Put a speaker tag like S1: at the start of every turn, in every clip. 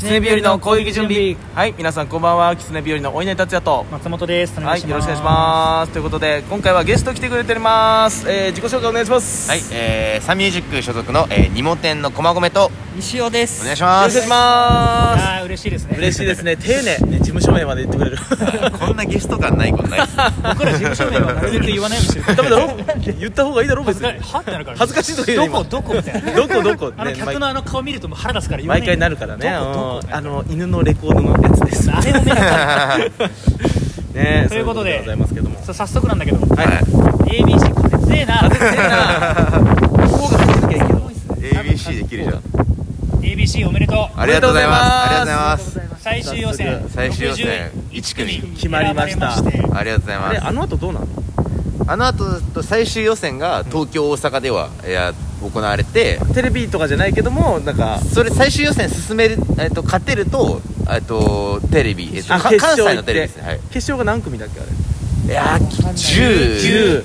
S1: 狐日和の攻撃準備はい皆さんこんばんは狐日和のお稲荷達也と
S2: 松本です。お願
S1: はいい
S2: し
S1: よろ
S2: ま
S1: し
S2: す。
S1: くお願いしますということで今回はゲスト来てくれております、えー、自己紹介お願いします
S3: はい、えー、サンミュージック所属の、えー、ニモ店の駒込と
S4: 西尾で
S3: お
S4: す
S3: 願いし
S1: よ
S3: ま
S1: ろしくお願い
S3: す
S1: しま
S2: ああ、嬉しいですね。
S1: す嬉しいですね丁寧ね事務所名まで言ってくれる
S3: こんなゲスト感ないことないですね
S2: 僕ら事務所名はなるべく言わないようにしてる。
S1: ダメだろ言った方がいいだろ別
S2: 恥ず
S1: に
S2: かはってなるから。
S1: 恥ずかしいとか言う
S2: どこ
S1: よ
S2: どこみたいな。
S1: 今どこどこ
S2: あの
S1: ね
S2: 客のあの顔見るともう腹出すから言わない
S1: 毎
S2: んだ
S1: 回な
S2: よ。
S1: るからねあ
S2: どこど
S1: の
S2: こ
S1: あの犬のレコードのやつです
S2: あれも目が痛い
S1: ね
S2: ということで
S1: そございますけども
S2: そう早速なんだけど、
S1: は
S3: はい い
S2: ABC 風強えな。
S1: 風強えなこうが入ってなきゃいいけど
S3: ABC できるじゃん
S2: ABC おめでとう。
S3: ありがとうございますあり
S1: あ
S3: がと
S1: りがとうご
S3: うご
S1: ざい
S3: ざい
S1: ま
S3: ます
S2: 最終予選。
S3: 最終予選
S2: 60
S3: 1組
S1: 決まりました
S2: 選ばれまして
S3: ありがとうござい
S1: あれ
S3: ます
S1: あの後どうなの
S3: あの後と最終予選が東京大阪では、いや行われて
S1: テレビとかじゃないけどもなんか
S3: それ最終予選進める、えっと、勝てるとえっとテレビ、えっと、
S1: あ
S3: か
S1: 決
S3: 関
S1: 勝
S3: 西
S1: 行
S3: の
S1: っ
S3: テレビ
S1: て
S3: ですねはい
S1: 決勝が何組だっけあれ
S3: いやー10
S1: 10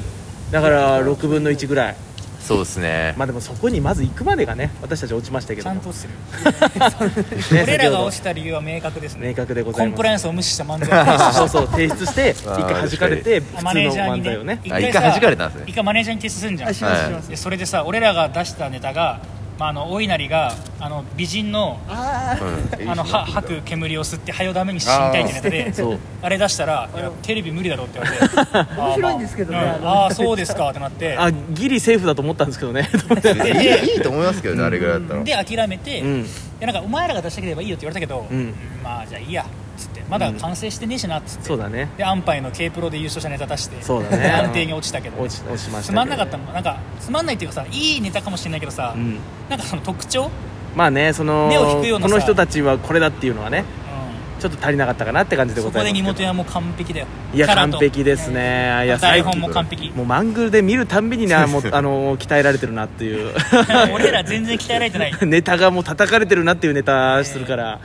S1: だから6分の1ぐらい
S3: そうですね
S1: まあでもそこにまず行くまでがね私たち落ちましたけ
S2: ち
S1: ど
S2: ゃん
S1: も
S2: とする。
S1: ね先
S2: 俺らが
S1: ほど
S2: 落ちた理由は明確ですね。
S1: 明確でござ
S2: コ
S1: い
S2: ン
S1: ま
S2: プ
S1: す
S2: ライアンスを無視した 漫才。
S1: そうそう提出して一
S3: あー
S1: 回弾かれて普通の
S2: マネージャーに
S1: 漫才を
S2: ね
S1: ね
S3: 一回さあ一回弾かれたんですね
S2: 一回マネージャーに提出すんじゃん
S4: あしますしま
S3: は
S4: す
S2: でそれでさ俺らが出したネタが、まあ、あのお稲荷があの美人の
S4: あー
S2: あのは吐く煙を吸って肺をダメに死にたいってネタで
S1: そう
S2: あれ出したらいやテレビ無理だろうって言われて
S4: 面白いんですけどね
S2: あーまあうんあーそうですかってなって
S1: あギリセーフだと思ったんですけどね と思って
S3: いいいいと思いますけどねあれぐらいだったら
S2: で諦めて、
S1: うん
S2: いやなんかお前らが出したければいいよって言われたけど、
S1: うん
S2: まあじゃあいいやっつってまだ完成してねえしなっつって、
S1: そうだね
S2: で安牌の K プロで優勝したネタ出して
S1: そうだね
S2: 安定に落ちたけど
S1: 落ち落ちましたけど
S2: つまんなかったもんなんかつまんないっていうかさいいネタかもしれないけどさ、
S1: うん
S2: なんかその特徴、うん、
S1: まあねその
S2: 目を引くような
S1: こ
S2: さ
S1: の人たちはこれだっていうのはねちょっと足りなかったかなって感じでご
S2: そ
S1: ざ
S2: こ
S1: います
S2: で
S1: けど
S2: 荷物屋もう完璧だよ
S1: いや
S2: キャラ
S1: 完
S2: と
S1: 璧ですねいや最
S2: 台本
S1: 近
S2: も完璧
S1: もうマングルで見るたんびになもうあの鍛えられてるなっていう
S2: 俺ら全然鍛えられてない
S1: ネタがもう叩かれてるなっていうネタするから、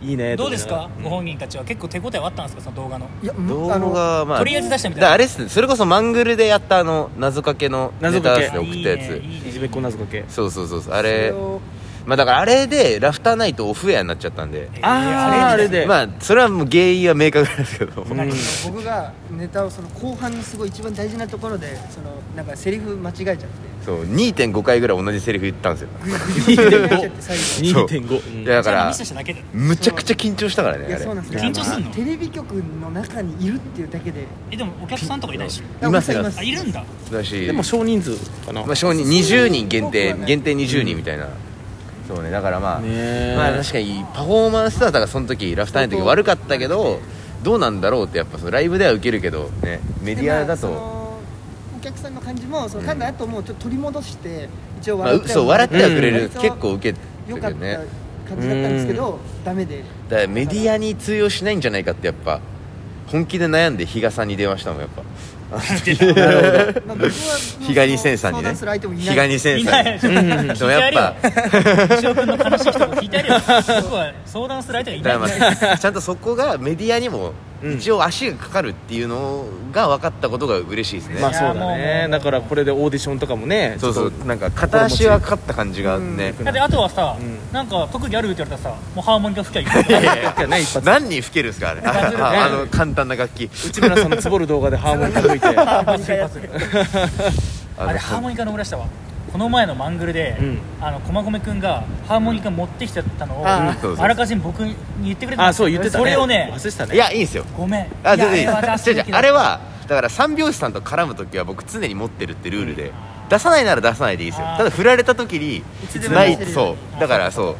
S1: いいね
S2: どうですか、
S1: と
S2: ご本人たちは結構手応えはあったんですかその動画の
S4: いや
S3: 動
S4: もうあの
S3: 画まあ
S2: とりあえず出したみたいな
S3: だからあれっすねそれこそマングルでやったあの謎かけの
S1: 謎
S3: ネ
S1: か
S3: タ
S1: け
S3: ですね送ったや
S2: いい
S3: つ
S2: ねいいね
S1: いじめっ子謎かけ
S3: そうそうそうそうあ
S4: それ
S3: れ
S4: を
S3: まあだからあれでラフターナイトオフエアになっちゃったんで
S2: えー
S1: あーあれで
S3: まあそれはもう原因は明確なんですけど
S1: うん
S4: 僕がネタをその後半のすごい一番大事なところでそのなんかセリフ間違えちゃ って
S3: そう2.5回ぐらい同じセリフ言ったんですよ
S4: グイグイグイグイ間違えちゃって最後
S3: そう
S1: 2.5、うん
S3: いやだ
S2: じ
S3: か
S2: ゃあ
S3: ら
S2: ミスしただけだよ
S3: むちゃくちゃ緊張したからね
S4: い
S3: あ
S4: や
S3: れ
S4: そうなんですよ
S2: 緊張すんの
S4: テレビ局の中にいるっていうだけで
S2: えでもお客さんとかいないでしょ
S3: いますいま
S2: あいるんだ
S3: だし
S1: でも少人数かな、
S3: まあ少人20人限定
S4: うん
S3: 限定20人みたいなそうねだからまあ
S1: ねえ
S3: まあ確かにパフォーマンスはだからその時ラフターナイトの時悪かったけどどうなんだろうってやっぱそのライブでは受けるけどねメディアだ
S4: でまあそ
S3: と
S4: のお客さんの感じもその
S3: うん
S4: 噛んだ後もちょっと取り戻して一応
S3: まあ
S4: 笑っ
S3: う
S4: て
S3: そう笑ってはくれ
S4: う
S3: る
S4: ん
S3: 結構受けて
S4: 良
S3: る
S4: か
S3: け
S4: っ
S3: ど
S4: た
S3: ね
S4: 感じだったんですけどダメで
S3: だからメディアに通用しないんじゃないかってやっぱ本気で悩んで比嘉さんに電話したもんやっぱ
S4: まあ僕はもうその
S3: 比嘉にセンさんにね
S4: 相談する相手もいない
S3: 比嘉にセン
S2: い
S3: さ
S2: なん
S3: に
S2: い
S1: う
S2: で
S1: ん
S3: でもやっぱ
S2: 西尾君の悲しい人も聞いてあるよ僕は相談する相手がいない
S3: だ
S2: ん
S3: か
S2: だ
S3: らまあちゃんとそこがメディアにも
S1: うん
S3: 一応足がかかるっていうのが分かったことが嬉しいですね、
S1: まあそう
S2: いやもうも
S1: だ
S2: う
S1: ね
S2: もう
S1: だからこれでオーディションとかもね
S3: そうそう
S1: ちょっ
S3: なんか片足はかかった感じがね
S1: うん
S2: だってあとはさ、
S1: うん
S2: なんか特技あるって言われたらさもうハーモニ カ吹きゃいいんだよ
S1: といやね一発
S3: 何人吹けるんですかあれ ああの簡単な楽器
S1: 内村さんのつぼる動画でハーモニカ吹いて
S2: ハーモニカやって
S3: あ
S2: あれハーモニカの裏したわこの前のマングルで、
S1: うん
S2: あの駒込くんがハーモニカ持ってきてたのを
S3: あ
S2: あ
S3: ーそうそう
S2: らかじめ僕に言ってくれた
S1: あそう言ってたね
S2: それをね
S1: 忘れてたね
S3: いやいいんですよ
S2: ごめん
S3: あ
S2: いや
S3: 全然いい
S2: あれは出
S3: です
S2: す
S3: 違う
S2: べ
S3: 違
S2: き
S3: う
S2: だ
S3: あれはだから三拍子さんと絡む時は僕常に持ってるってルールで、出さないなら出さないでいいですよ
S2: あー
S3: ただ振られた時に
S4: つでも
S3: ない
S4: 出せる
S3: そうだからそう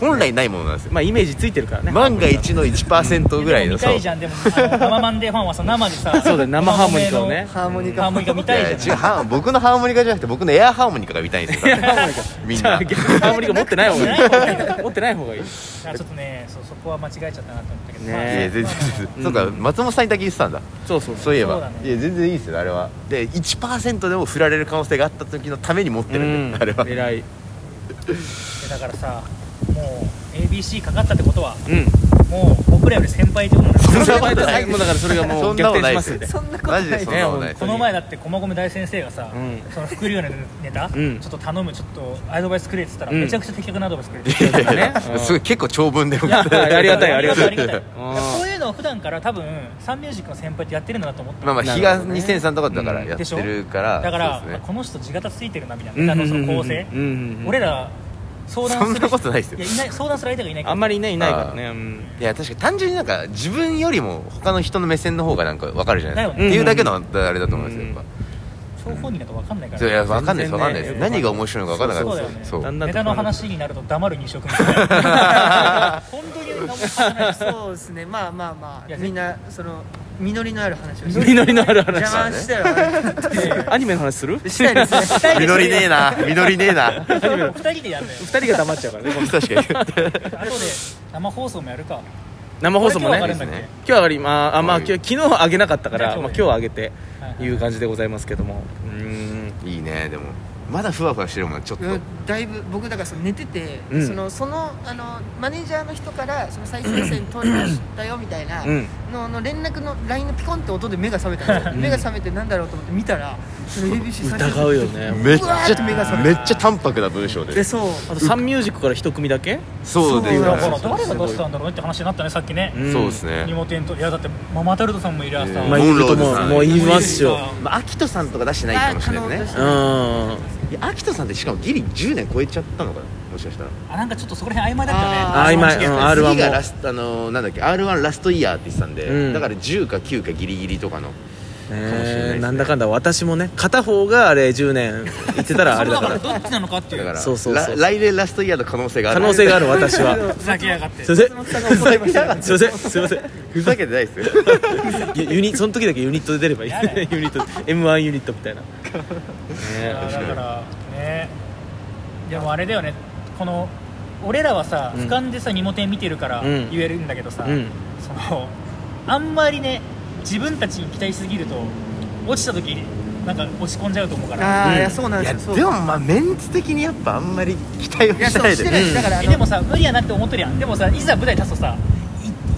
S3: 本来ないものなんですよ
S1: まあイメージついてるからね
S3: 万が一の1%ぐらいの
S2: 見た
S3: そう
S2: いじゃんでもあの生マンデーファンはさ生でさ
S1: そうだよ生ハーモニカをね
S4: ハーモニ
S2: ハー
S4: カ
S2: モニカ見た
S3: いや
S2: いじゃん
S3: 違うハー僕のハーモニカじゃなくて僕のエアハーモニカが見たいんですよ多分みん
S1: じゃ
S3: な
S1: あ逆にハーモニカ持ってない方がいい持ってない方がいい
S2: あちょっとねそうそこは間違えちゃったなと思ったけど
S1: ね
S2: まあ
S3: いや全然そうか松本さんにだけ言ってたんだ
S1: そうそう
S3: そういえば
S2: そうだね
S3: いや全然いいですよあれはで1%でも振られる可能性があった時のために持ってるんであれは
S1: 偉い
S2: だからさもう ABC かかったってことは
S1: うん
S2: もう僕らより先輩ってことなんで
S1: そん
S2: すよ
S1: なことないもうだからそれがも
S3: そ
S1: うん
S3: な
S1: 逆
S3: こと
S1: 転
S3: な
S1: し
S3: い
S1: ます
S3: で
S1: すんで
S4: そんなことな
S3: マ
S4: い
S3: ジ
S4: で
S3: ですそんなことない
S1: ね
S3: です
S2: この前だって駒込大先生がさ、
S1: うん
S2: その副流のネタ、
S1: うん
S2: ちょっと頼むちょっとアドバイスくれって言ったら、
S1: うん
S2: めちゃくちゃ的確なアドバイスくれて
S3: いやいやい
S1: ね
S3: や すごい結構長 文でもま
S1: いやありがたいありがたい
S2: ありがたい
S1: うん
S2: そういうのを普段から多分サンミュージックの先輩ってやってるんだなと思った
S3: あまあ
S1: なるほどね
S3: 日が2003とかだからやっ
S2: でしょ
S3: てるから
S2: だから、
S3: そうですね
S2: この人地形ついてるなみたいな、
S1: うん
S2: あのその構成、
S1: うんうんうん
S2: 俺ら相談する
S3: そんなことないですよ
S2: やいない相談する相手がいないか
S1: あ
S2: ら
S1: んまりいないいないからねうん
S3: いや確かに単純になんか自分よりも他の人の目線の方がなんか分かるじゃないですか、
S2: だよね
S3: っていうだけのあれだと思うんですよ、やっ
S2: 超本人だと分かんないから
S3: ぱそういや分かんないで
S1: 全然ね
S3: す分かんないです、何が面白いのか分からなかったです
S2: そう
S1: だよね
S2: ネタの話になると黙る二色みたい な本当に何も聞かないです
S4: そうですねまあまあま
S2: い
S4: あ
S2: や
S4: みんなその実りのある話をして
S1: 実りのある話
S4: 邪魔したよ
S1: アニメの話する
S4: したいですね
S3: そう実りねえな実りねえな
S2: 二人でやるのよ
S1: 二人が黙っちゃうからねこの人
S3: 確かに
S2: あとで生放送もやるか
S1: 生放送もね
S2: これ
S1: 今
S2: 今日上がるんだっけ
S1: 日上がりまああまあ
S3: はい
S1: 今日昨日は上げなかったか
S2: じゃ
S1: ら
S2: あ
S1: まあ
S2: 今
S1: 今日
S2: 日
S1: は上げて
S2: はいはい
S1: いう感じでございますけどもうーん
S3: いいねでもまだふわふわしてるもんちょっと、
S4: うんだいぶ僕だからその寝てて、
S1: うん
S4: そのそのあのマネージャーの人からその再生線通りましたよみたいな
S1: うん
S4: の,、の連絡の LINE のピコンって音で目が覚めたんですよ、
S1: うん
S4: 目が覚めてなんだろうと思って見たらその ABC 再生
S1: 疑うよね
S3: めっち
S4: うわーって目が覚
S3: ゃ
S4: め
S3: めっちゃ淡白な文章で
S4: でそう
S1: あとサンミュージックから一組だけ
S3: そうです
S4: そう
S2: だ
S3: ね
S2: から誰が出したんだろうねって話になったねさっきね
S1: うん
S3: そうです
S2: ニ
S3: ね
S2: モテンといやだってママタルトさんもいるやつさ
S3: うん
S1: まあ
S3: モンロー
S1: いると
S3: ズ
S1: も
S3: さん
S1: もう言いますよ
S3: まあ、アキトさんとか出してないかもしれない
S4: あー可能
S3: で
S4: ですす
S3: ね
S1: うんあ
S3: いやアキトさんってしかもギリ10年超えちゃったのかなもしかしたら
S2: あなんかちょっとそこら辺曖昧だったよね
S4: あ
S1: 今
S2: 正直
S1: うん R1 も
S3: 次がラストあのーなんだっけ R1 ラストイヤーって言ってたんで、
S1: うん
S3: だから10か9かギリギリとかのもしれないです
S1: え
S3: ね
S1: ーなんだかんだ私もね片方があれ10年言ってたらあ
S2: そ
S1: れ
S2: れ
S1: だ
S2: だ
S1: か
S2: かららどっちなのかってい
S3: だ
S2: う
S3: から
S1: そうそうそう
S3: ら来年ラストイヤーの可能性があ
S1: 可
S3: る
S1: 能性がある私は
S2: ふざけやがって
S1: すいません
S4: 松田が怒られまし た
S1: すいませんすいません
S3: ふざけてないですよ
S1: ユユニその時だけユニットで出ればいい
S2: やだよ
S1: ユニット M1 ユニットみたいなね
S2: いやだからねでもあれだよねこの俺らはさ
S1: うん
S2: 俯瞰でさ二モテ見てるから
S1: うん
S2: 言えるんだけどさ、
S1: うん
S2: そのあんまりね自分たちに期待しすぎると落ちた時になんか落ち込んじゃうと思うから
S4: ああ、
S1: うん
S4: いやそうなん
S3: い
S4: で
S3: や
S4: すよ
S3: でもまあメンツ的にやっぱあんまり期待を
S4: いや
S3: し
S4: そう
S3: たい
S4: し
S3: で
S4: てないですだからあ
S2: え
S4: の
S2: でもさ無理やなって思ってるやんでもさいざ舞台立つとさ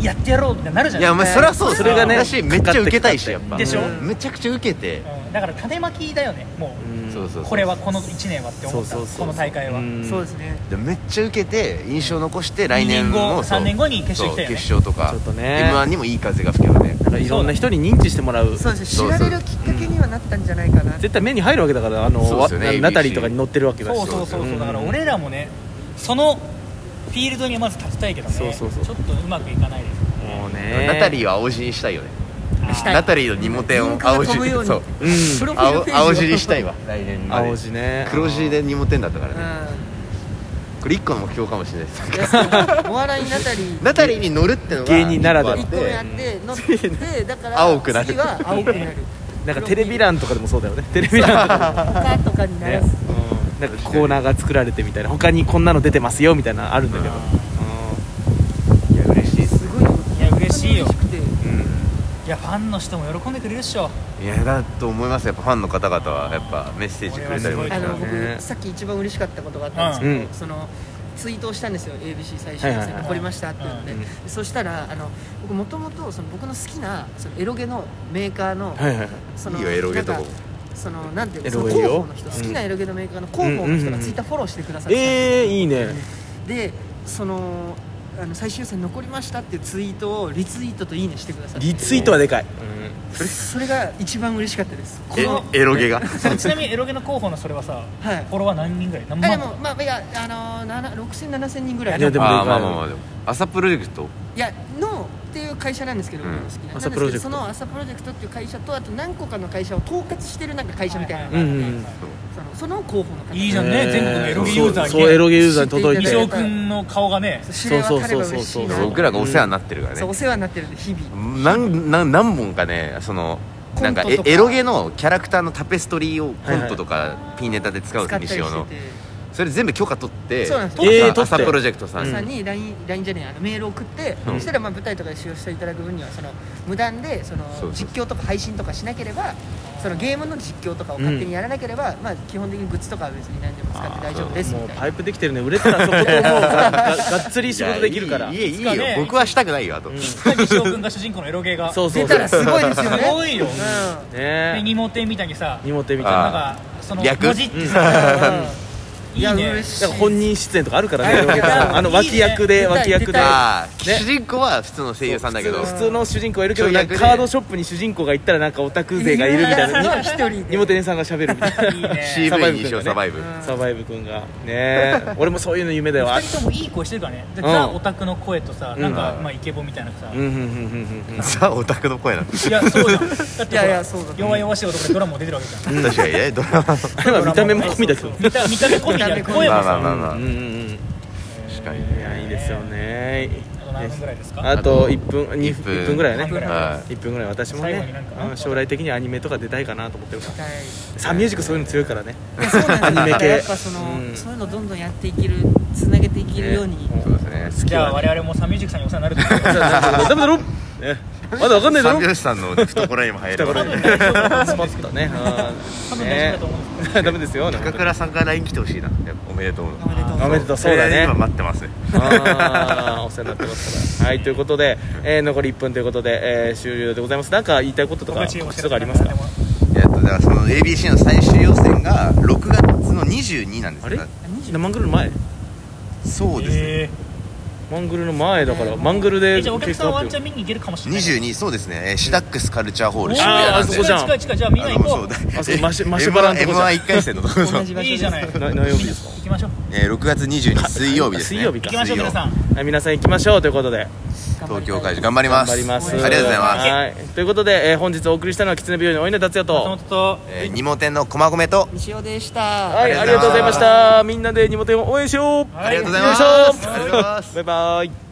S2: いやってやろうみたいになるじゃ
S3: い
S2: ん
S3: やお前そりゃそう
S1: それがね
S3: だしめっちゃ受けたいしやっぱ
S2: でしょ
S3: うんめちゃくちゃ受けて、
S2: うんだから種まきだよねもう、
S1: うん
S3: そうそうそう
S2: これはこの1年はって思った
S1: そうそうそう
S2: この大会は、
S1: うん
S4: そうですね
S3: でめっちゃ受けて印象残して来年
S2: 二年
S3: の
S2: 後三年後に決勝来たよね
S3: そう決勝とか
S1: ちょっとね
S3: m 1にもいい風が吹けばね
S1: なんかいろんな人に認知してもらう
S4: そうです
S3: そう
S4: ね
S3: そう
S4: 知られるきっかけにはなったんじゃないかな
S1: 絶対目に入るわけだからあの
S3: そうっすよね
S1: わ
S3: ABC
S1: ナタリーとかに乗ってるわけだし
S2: そうそうそうそう、
S1: うん
S2: だから俺らもねそのフィールドにまず立ちたいけどね
S1: そうそうそう
S2: ちょっとうまくいかないです
S1: もうね
S3: ナタリーは青字にしたいよね
S2: あー
S4: したい
S3: ナタリーの二モテを青字
S4: リンクが飛ぶように
S3: そう
S1: うん
S4: プロフィール
S3: 青
S4: ページを
S3: 青字にしたいわ来年まで
S1: 青字ね
S3: 黒字で2モテだったから
S4: う
S3: ね
S4: ん
S3: これ1個の目標かもしれないです
S4: いやそうお笑いナタリー
S3: ナタリーに乗るってのが
S1: 芸人ならでは
S3: 一
S4: 1
S3: 個
S4: 個
S3: あ
S4: 目あ
S3: っ
S4: って乗ってだから
S3: 青くなる
S4: 次は青くなる
S1: なんかテレビ欄とかでもそうだよねテレビ欄とか
S4: とかとかに
S1: で
S4: なら
S1: ね
S4: す
S1: うんなんかコーナーが作られてみたいな他にこんなの出てますよみたいなのあるんだけど
S3: ていや嬉しいっす
S4: すごいよ
S2: いや嬉しいよ
S4: 本当に嬉しくて
S2: いやファンの人も喜んでくれるっしょ
S3: いやだと思いますやっぱファンの方々はやっぱメッセージくれたりもし
S4: あ
S3: て
S2: これは
S4: の
S3: ます
S1: ね
S4: 僕さっき一番嬉しかったことがあったんですけど、
S1: うん
S4: そのツイートをしたんですよ ABC 最終
S1: はい
S4: 予
S1: はい
S4: 選
S1: はい
S4: 残りましたって言って、
S1: うん
S4: そしたらあの僕もともとその僕の好きなそのエロゲのメーカーの、
S1: はいはいはい
S4: その
S3: いいよエロゲと
S4: な
S3: こ
S4: んかそのなんていうの
S1: エ
S4: そ
S1: ロ
S4: の
S1: ゲ
S4: 広
S1: よ
S4: 報の人、好きなエロゲのメーカーの広報の人がツイッターフォローしてくださって、
S1: えーいいね
S4: でそのあの最終予選残りましたっていうツイートをリツイートといいねしてくださって
S1: リツイートはでかい
S4: それが一番嬉しかったですこの
S3: えエロゲが
S2: それちなみにエロゲの候補のそれはさ
S4: はい
S2: フォロワー何人ぐらい何
S4: あで
S2: 万
S4: もまあいやあのー、60007000人ぐらい
S1: いやでも
S3: あーまあまあまあでも朝プロジェクト
S4: いやのっていう会社なんですけど、
S3: うん
S4: 僕の好きな
S1: 朝プロジェクト
S4: なんですけどその朝プロジェクトっていう会社とあと何個かの会社を統括してるなんか会社みたいなのがあって、
S1: うんうん
S4: そのその候補の方
S2: いいじゃんね
S1: えー
S2: 全国のエロゲユーザーにね
S1: そうそうエロゲユーザーに届いて
S4: 知ってい
S2: 西
S4: ただ
S2: 尾
S4: いて
S2: 君の顔がね
S4: 知れ渡れば嬉しいな
S1: そうそうそうそう
S3: 僕らがお世話になってるから
S4: そうお
S3: ね
S4: 世話になってるんで日々
S3: なんなん何本かねそのなんか
S4: コン
S3: え
S4: トとか
S3: エロゲのキャラクターのタペストリーをコントとかピンネタで使うんですよ
S4: 使ったりして
S3: 西
S4: て
S3: 尾のそれ全部許可取って
S4: そうなんです
S1: えー
S3: 朝朝
S1: 取って
S3: プロジェクトさんに
S4: さんに LINE, LINE じゃねえあのメールを送って、
S3: うん
S4: そしたらまあ舞台とかで使用していただく分にはその無断でそ
S3: そうそ
S4: の
S3: う
S4: 実況とか配信とかしなければそそのゲームの実況とかを勝手にやらなければ、まあ基本的にグッズとかは別に何でも使って大丈夫ですみ
S1: もう
S4: たいな
S1: パイプできてるね売れたらそこともうがががっつり仕事できるから
S3: いやいいいいよ
S2: いつかね
S3: 僕はしたくないよあと、
S1: うん
S2: 西尾君が主人公のエロゲーが
S1: そううそ
S4: 出
S1: うそ
S4: た
S1: う
S4: らすごいですよね
S2: すごいよ
S4: う
S2: で
S1: ね
S2: 二モ店みたいにさ
S1: 荷物みたい
S2: なん
S1: な
S2: かその
S3: 逆
S2: 文字って
S4: ん
S2: さ、
S4: うん
S2: いい
S4: や
S2: ね
S4: 嬉しい
S1: なんか本人出演とかあるからね
S4: いやいや
S1: あの脇役
S4: いい
S1: で
S4: ね
S1: 脇役で
S3: ああ
S1: ね
S3: 主人公は普通の声優さんだけど
S1: 普通普通の主人公いるけど
S3: ちょい
S1: なん
S3: 役
S1: か
S3: で
S1: カードショップに主人公が行ったらなんかオタク勢がいるみたい な
S4: 一人で
S1: 荷物店さんが喋るみたい
S2: いい
S1: な
S2: ね
S1: サバイブ
S3: CV に
S1: 君が
S3: しよ
S1: ね
S3: うサバイブ
S1: サバイブ君がねえ俺もそういうの夢だよ
S2: 二人ともいい声してるからね、で
S1: うん
S2: ザ・オタクの声とさ、なんか、
S3: うん
S2: まあイケボみたいなさ、
S1: うんうんうんうんうん
S3: ザオタクの声なんです
S2: いやそうじゃんだってほら
S4: いやいやそうだと思
S2: 弱
S4: う
S2: 々しい男でドラマも出てるわけじゃん
S3: 確かにねドラマの
S1: あれは見た目も込みだけど
S2: そうそう見た見た目込みじゃな
S4: 見
S2: い
S4: た目込み
S2: 声
S3: ま
S2: も
S3: あま
S2: さ
S3: あまあまあ
S1: うんうんうん
S3: 確かに
S1: いやいいですよね
S2: あと何分ぐらいですか
S1: あと1分2
S3: 一分
S1: 分ぐらいね
S2: 一分ぐらい
S3: はい
S1: 1分ぐらい私も
S2: 最後になん
S1: ね
S2: か
S1: うん将来的にアニメとか出たいかなと思ってるから
S4: はい
S1: サンミュージックそういうの強いからね
S4: いやそうなん
S1: アニメ
S4: ですよ
S1: 系
S4: やっぱその、
S1: うん
S4: そういうのどんどんやっていけるつなげていけるように、
S1: ね
S3: そうですね
S2: じゃあ我々もサンミュージックさんにお世話になると思う
S1: さあなんかダメだろねまだわかんないだろ
S3: 三拍子さんの懐にも入る
S1: これ
S2: 多分大丈夫だと思うんです
S1: ス
S2: けど
S1: パッとね
S2: 多
S1: うん
S2: 分大丈
S1: ね
S2: 夫だと思うんですけど
S1: ダメですよなん
S3: 高
S1: か
S3: 倉さんから LINE 来てほしいなやっぱおめでとう
S4: おめでとう
S1: おめでとうそうだ
S3: えー
S1: ね
S3: 今待ってます
S1: あーお世話になってますからはいということで、えー残り1分ということで、えー終了でございますなんか言いたいこととか
S2: 告知お
S1: 告
S2: 知
S1: 知
S2: らせ
S1: とかありますか
S2: なんでも
S3: えっとだからその ABC の最終予選が6月の22なんです
S1: あれ
S3: だか
S1: なマングルの前
S3: らそうですね
S2: え
S1: マングルの前だから、
S4: えー
S1: マングル
S2: ー
S1: で
S2: えじゃあお客
S1: 結
S2: さん
S1: 果
S2: ワン
S1: 発
S2: チャ
S1: 表
S2: ン見に行けるかもしれない
S3: 22そうですねえーシダックスカルチャーホール
S2: お
S3: 渋谷
S1: あー
S3: な
S1: あ
S3: ん
S1: そ
S3: で
S1: こじゃん
S2: 近い近いじゃあみんな行こ
S3: あのそうだ
S1: あそこマシマシュバラのとこじゃん
S3: M1 M11 回戦 のとこじゃん
S4: 同じ場
S2: う
S4: 所
S2: いいじゃない
S1: な何曜日ですか
S2: 行きましょう
S3: えー6月22水曜日ですね
S1: 水曜日
S2: 行
S1: か
S2: きましょう皆さん
S1: はい皆さん行きましょうということで
S3: 東京会場頑張ります
S1: 頑張ります
S3: ありがとうございます、
S1: はいということで、えー本日お送りしたのは狐美容院のお稲達也
S2: 松
S1: と
S2: 本と
S3: えー、二毛店の駒込と
S4: 西尾でした、
S1: はいあ
S3: あ
S1: りが
S3: りが
S1: とう
S3: とう
S1: ご
S3: ご
S1: ざ
S3: ざ
S1: い
S3: い
S1: ま
S3: ま
S1: し
S3: した
S1: みんなで荷物を応援しよう
S2: はいありがとうござい
S3: ます
S1: よいしょ
S3: ありがとうございます
S1: バイバイ